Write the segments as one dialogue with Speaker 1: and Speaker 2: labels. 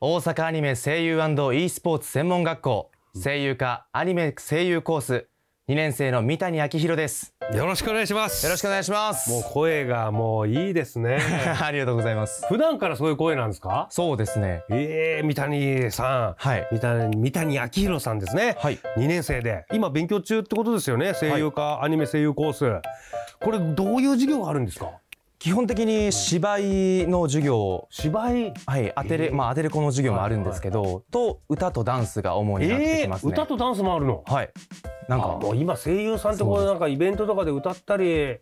Speaker 1: 大阪アニメ声優 &e スポーツ専門学校声優科アニメ声優コース2年生の三谷明宏です
Speaker 2: よろしくお願いします。
Speaker 1: よろしくお願いします
Speaker 3: もう声がもういいですね
Speaker 1: ありがとうございます
Speaker 3: 普段からそういう声なんですか
Speaker 1: そうですね
Speaker 3: ええ三谷さん
Speaker 1: はい
Speaker 3: 三谷三谷明宏さんですね、
Speaker 1: はい
Speaker 3: 2年生で今勉強中ってことですよね声優科、アニメ声優コースこれどういう授業があるんですか
Speaker 1: 基本的に芝居の授業を
Speaker 3: 芝居
Speaker 1: はい、当てれ、
Speaker 3: えー
Speaker 1: まあ、当てれこの授業もあるんですけど、と歌とダンスが主になってきますね。
Speaker 3: 歌とダンスもあるの
Speaker 1: はい、なん
Speaker 3: あ
Speaker 1: か
Speaker 3: もう今声優さんってこれ
Speaker 1: そうです
Speaker 3: なんかイベントとかで歌ったり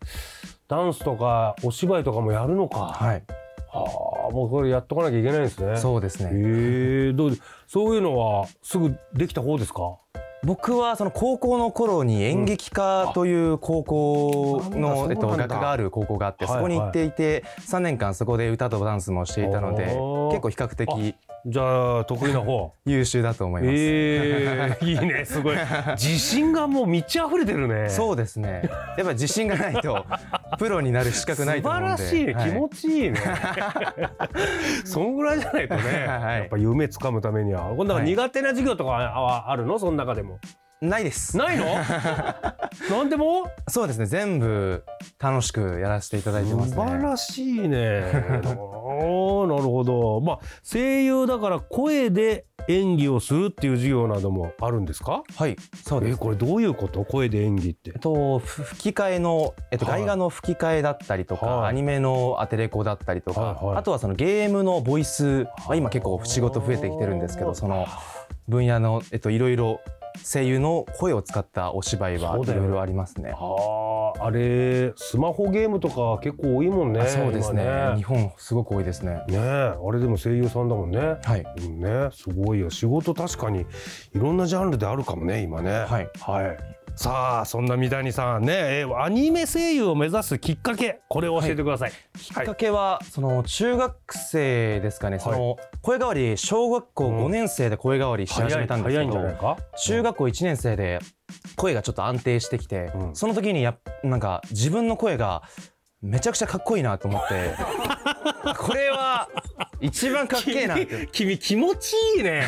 Speaker 3: ダンスとかお芝居とかもやるのか、
Speaker 1: はい、
Speaker 3: はあもうこれやっとかなきゃいけないんですね
Speaker 1: そうです
Speaker 3: え
Speaker 1: ね。
Speaker 3: えどうそういうのはすぐできた方ですか
Speaker 1: 僕はその高校の頃に演劇科という高
Speaker 3: あそうな
Speaker 1: 校
Speaker 3: ん
Speaker 1: の、
Speaker 3: だ
Speaker 1: えっと、学科がある高校があって、
Speaker 3: はい
Speaker 1: そ
Speaker 3: はい
Speaker 1: こに行っていて、3年間そこで歌とダンスもしていたので、
Speaker 3: あ
Speaker 1: 結
Speaker 3: ー
Speaker 1: 構比較的
Speaker 3: じゃあ得意な方
Speaker 1: 優秀だと思います。
Speaker 3: え えいいねすごい自信がもう満ち溢れてるね
Speaker 1: そうですね。やっぱり自信がない とプロになる資格ないと思うんで。
Speaker 3: 素晴らしいね、
Speaker 1: は
Speaker 3: 気持ちいい ねそんぐらいじゃないとね、
Speaker 1: はい
Speaker 3: やっぱ夢掴むためにはこんな
Speaker 1: はい
Speaker 3: 苦手な授業とかはあるのその中でも
Speaker 1: ないです。
Speaker 3: ない のなんでも
Speaker 1: そうですね。全部楽しくやらせていただいてます
Speaker 3: 素
Speaker 1: ね。
Speaker 3: 晴らしいねおーなるほどまあ声優だから声で演技をするっていう授業などもあるんですか
Speaker 1: はい、そうで
Speaker 3: え
Speaker 1: す。
Speaker 3: これどういうこと声で演技って
Speaker 1: えっと、ふ吹き替えの、えっと、
Speaker 3: はい
Speaker 1: 外画の吹き替えだったりとか、
Speaker 3: はい
Speaker 1: アニメのアテレコだったりとか、
Speaker 3: はいはい
Speaker 1: あとはそのゲームのボイス、まあ、今結構仕事増えてきてるんですけどその分野の、えっと、いろいろ声優の声を使ったお芝居は
Speaker 3: そう
Speaker 1: い
Speaker 3: だよね
Speaker 1: ろいろありますね。
Speaker 3: あああれスマホゲームとか結構多いもんね
Speaker 1: あそうですね
Speaker 3: 今
Speaker 1: 日本すごく多いですね。
Speaker 3: ねえあれでも声優さんだもんね
Speaker 1: はい、
Speaker 3: うんねすごいよ仕事確かにいろんなジャンルであるかもね今ね
Speaker 1: はい、
Speaker 3: はいさあそんな三谷さんね、えーアニメ声優を目指すきっかけこれを教えてください、
Speaker 1: きっかけは、その中学生ですかね、その声変わり小学校
Speaker 3: うん
Speaker 1: 5年生で声変わりし始めたんです
Speaker 3: 早
Speaker 1: け
Speaker 3: いん
Speaker 1: ど、
Speaker 3: じゃないか
Speaker 1: 中学校1年生で声がちょっと安定してきて、
Speaker 3: うん
Speaker 1: その時にやっなんか自分の声がめちゃくちゃかっこいいなと思って これは一番かっけえなって
Speaker 3: 君君気持ちいいね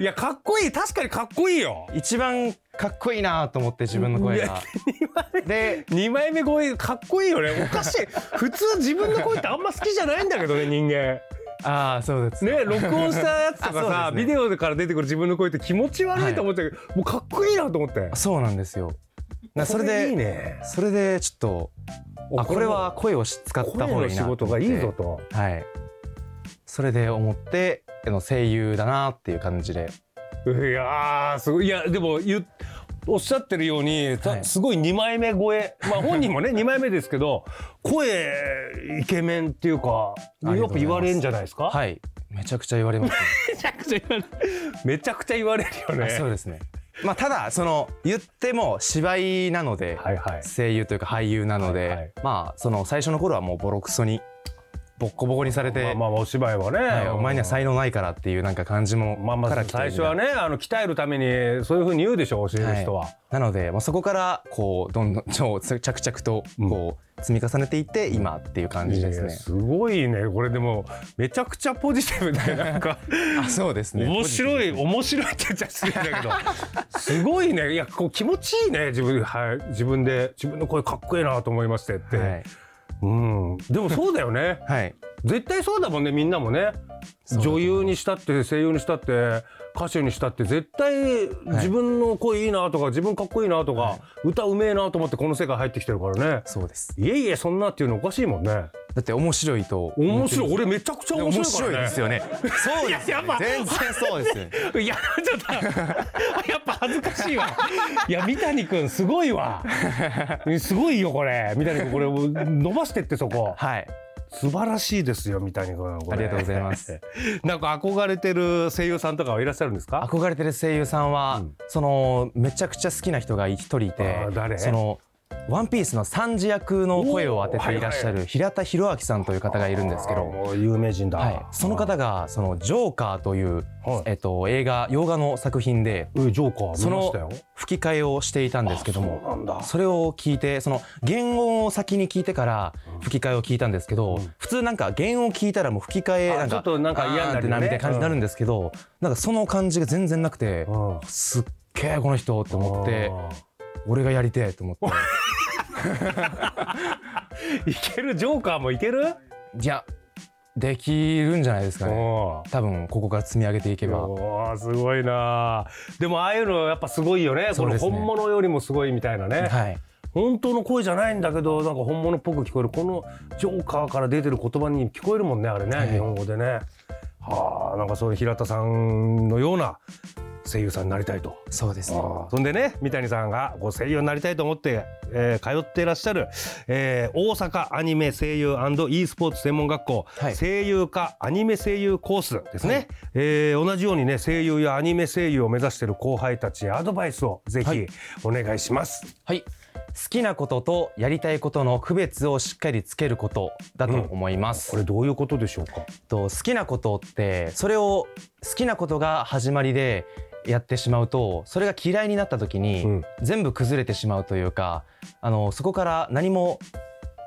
Speaker 3: いやかっこいい確かにかっこいいよ
Speaker 1: 一番かっこいいなと思って自分の声が。で
Speaker 3: 2枚目声かっこいいよねおかしい 普通自分の声ってあんま好きじゃないんだけどね人間
Speaker 1: ああそうです
Speaker 3: ね録音したやつとかさ、
Speaker 1: あそうですね
Speaker 3: ビデオから出てくる自分の声って気持ち悪いと思って、もうかっこいいなと思って
Speaker 1: そうなんですよ。なそれ
Speaker 3: こ
Speaker 1: で
Speaker 3: いいね
Speaker 1: それでちょっとあこれは声をし使った方が
Speaker 3: 声の
Speaker 1: いいなと思って
Speaker 3: 仕事がいいぞと
Speaker 1: はい。それで思ってあの声優だなっていう感じで
Speaker 3: いやーすごいいやでも言っおっしゃってるように、た
Speaker 1: はい
Speaker 3: すごい2枚目超えまあ本人も ね2枚目ですけど声イケメンっていうか
Speaker 1: あり
Speaker 3: や
Speaker 1: がとう
Speaker 3: っ
Speaker 1: ご
Speaker 3: ぱ
Speaker 1: ざいます
Speaker 3: 言われるんじゃないですか、
Speaker 1: はいめちゃくちゃ言われますね。
Speaker 3: めちゃくちゃ言われるよ
Speaker 1: あそう
Speaker 3: ね。
Speaker 1: ですね。まあただその言っても芝居なので、
Speaker 3: はいはい
Speaker 1: 声優というか俳優なので、
Speaker 3: はいはい
Speaker 1: まあその最初の頃はもうボロクソにボッコボコにされて、
Speaker 3: まあまあお芝居はね、
Speaker 1: はいお前には才能ないからっていうなんか感じも
Speaker 3: まあま
Speaker 1: か
Speaker 3: あ
Speaker 1: ら来て
Speaker 3: 最
Speaker 1: るんで
Speaker 3: 初はねあの鍛えるためにそういうふうに言うでしょ教える人は。
Speaker 1: なので、まあ、そこからこうどんどんちょ着々とこう積み重ねていって今っていう感じです
Speaker 3: いや
Speaker 1: ね。
Speaker 3: すごいねこれでもめちゃくちゃポジティブでなんか
Speaker 1: あそうですね。
Speaker 3: 面白い面白いって言っちゃ失礼だけど すごいねいやこう気持ちいいね自分,、はい、自分で自分の声かっこいいなと思いましてって、
Speaker 1: はい、
Speaker 3: うんでもそうだよね
Speaker 1: はい、
Speaker 3: 絶対そうだもんねみんなもね女優にしたって声優にしたって歌手にしたって絶対自分の声いいなとか自分かっこいいなとか、歌うめえなと思ってこの世界入ってきてるからね
Speaker 2: そうです
Speaker 3: いえいえそんなっていうのおかしいもんね
Speaker 2: だって面白いと
Speaker 3: 面白い俺めちゃくちゃ
Speaker 2: で
Speaker 3: 面
Speaker 2: 面
Speaker 3: 白
Speaker 2: 白
Speaker 3: い
Speaker 2: い
Speaker 3: から
Speaker 2: で
Speaker 3: ね
Speaker 2: すよね
Speaker 1: そうですよ、ね、全然そうですよね
Speaker 3: い やちょっとやっぱ恥ずかしいわいや三谷君すごいわすごいよこれ三谷君これ伸ばしてってそこ
Speaker 1: はい
Speaker 3: 素晴らしいですよ三谷君こ
Speaker 1: あ
Speaker 3: れ
Speaker 1: りがとうございます
Speaker 3: なんか憧れてる声優さんとかはいらっしゃるんですか
Speaker 1: 憧れてる声優さんは、そのめちゃくちゃ好きな人が一人いて
Speaker 3: あー誰
Speaker 1: そのワンピースのサンジ役の声を当てていらっしゃる平田博明さんという方がいるんですけ
Speaker 3: あー
Speaker 1: ど、
Speaker 3: もう有名人だ、
Speaker 1: はい、その方がそのジョーカーという、
Speaker 3: はい
Speaker 1: えっと、映画洋画の作品で
Speaker 3: うんジョーカー
Speaker 1: そ
Speaker 3: 見まし
Speaker 1: の
Speaker 3: たよ
Speaker 1: 吹き替えをしていたんですけども
Speaker 3: なんだ
Speaker 1: それを聞いてその原音を先に聞いてから吹き替えを聞いたんですけど、普通なんか原音を聞いたらもう吹き替え
Speaker 3: あ
Speaker 1: なんか
Speaker 3: ちょっとなんか嫌になるよね
Speaker 1: あーってみたいな感じになるんですけど、なんかその感じが全然なくて、
Speaker 3: うん
Speaker 1: すっげえこの人と思って俺がやりてえと 思って
Speaker 3: あーいけるジョーカーもいける、
Speaker 1: いやできるんじゃないですかね
Speaker 3: お
Speaker 1: 多分ここから積み上げていけば
Speaker 3: おすごいなでもああいうのやっぱすごいよね
Speaker 1: そうですね
Speaker 3: この本物よりもすごいみたいなね、
Speaker 1: はい
Speaker 3: 本当の声じゃないんだけどなんか本物っぽく聞こえるこのジョーカーから出てる言葉に聞こえるもんねあれね、
Speaker 1: はい
Speaker 3: 日本語でねはあなんかそういう平田さんのような声優さんになりたいと
Speaker 1: そうですね
Speaker 3: あーそんでね三谷さんがこう声優になりたいと思って、えー通っていらっしゃる、えー大阪アニメ声優 &e スポーツ専門学校、
Speaker 1: はい
Speaker 3: 声優科アニメ声優コースですね、えー同じようにね声優やアニメ声優を目指している後輩たちへアドバイスをぜ
Speaker 1: はい
Speaker 3: ひお願いします。
Speaker 1: はい好きなこととやりたいことの区別をしっかりつけることだと思います、
Speaker 3: これどういうことでしょうか
Speaker 1: と好きなことってそれを好きなことが始まりでやってしまうとそれが嫌いになった時に、
Speaker 3: うん
Speaker 1: 全部崩れてしまうというかあのそこから何も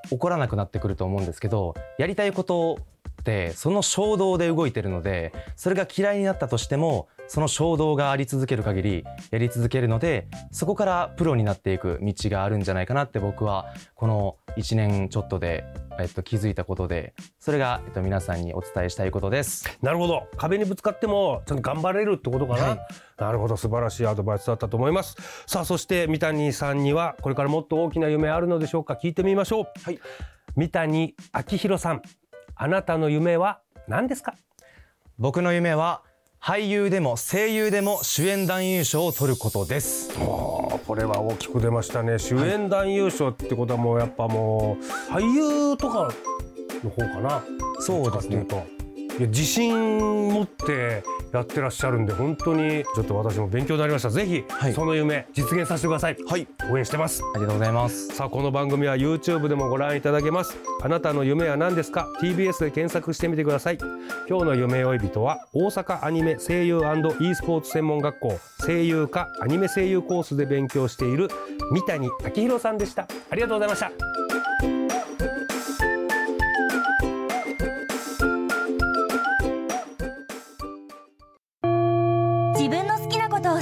Speaker 1: 起こらなくなってくると思うんですけどやりたいことってその衝動で動いてるのでそれが嫌いになったとしてもその衝動があり続ける限りやり続けるのでそこからプロになっていく道があるんじゃないかなって僕はこの1年ちょっとで、えっと、気づいたことでそれが、えっと、皆さんにお伝えしたいことです。
Speaker 3: なるほど壁にぶつかってもちゃんと頑張れるってことかな、
Speaker 1: はい
Speaker 3: なるほど素晴らしいアドバイスだったと思いますさあそして三谷さんにはこれからもっと大きな夢あるのでしょうか聞いてみましょう、
Speaker 1: はい
Speaker 3: 三谷明宏さんあなたの夢は何ですか
Speaker 1: 僕の夢は俳優でも声優でも主演男優賞を取ることです。
Speaker 3: これは大きく出ましたね主演男優賞ってことはもうやっぱもう俳優とかの方かな
Speaker 1: そうですね
Speaker 3: どっちかっていうといや自信持ってやってらっしゃるんで本当にちょっと私も勉強になりましたぜひ、
Speaker 1: はい
Speaker 3: その夢実現させてください、
Speaker 1: はい
Speaker 3: 応援してます
Speaker 1: ありがとうございます。
Speaker 3: さあこの番組は YouTube でもご覧いただけますあなたの夢は何ですか TBS で検索してみてください今日の夢追い人は大阪アニメ声優 &e スポーツ専門学校声優科アニメ声優コースで勉強している三谷明宏さんでしたありがとうございました
Speaker 4: 自分の好きなことを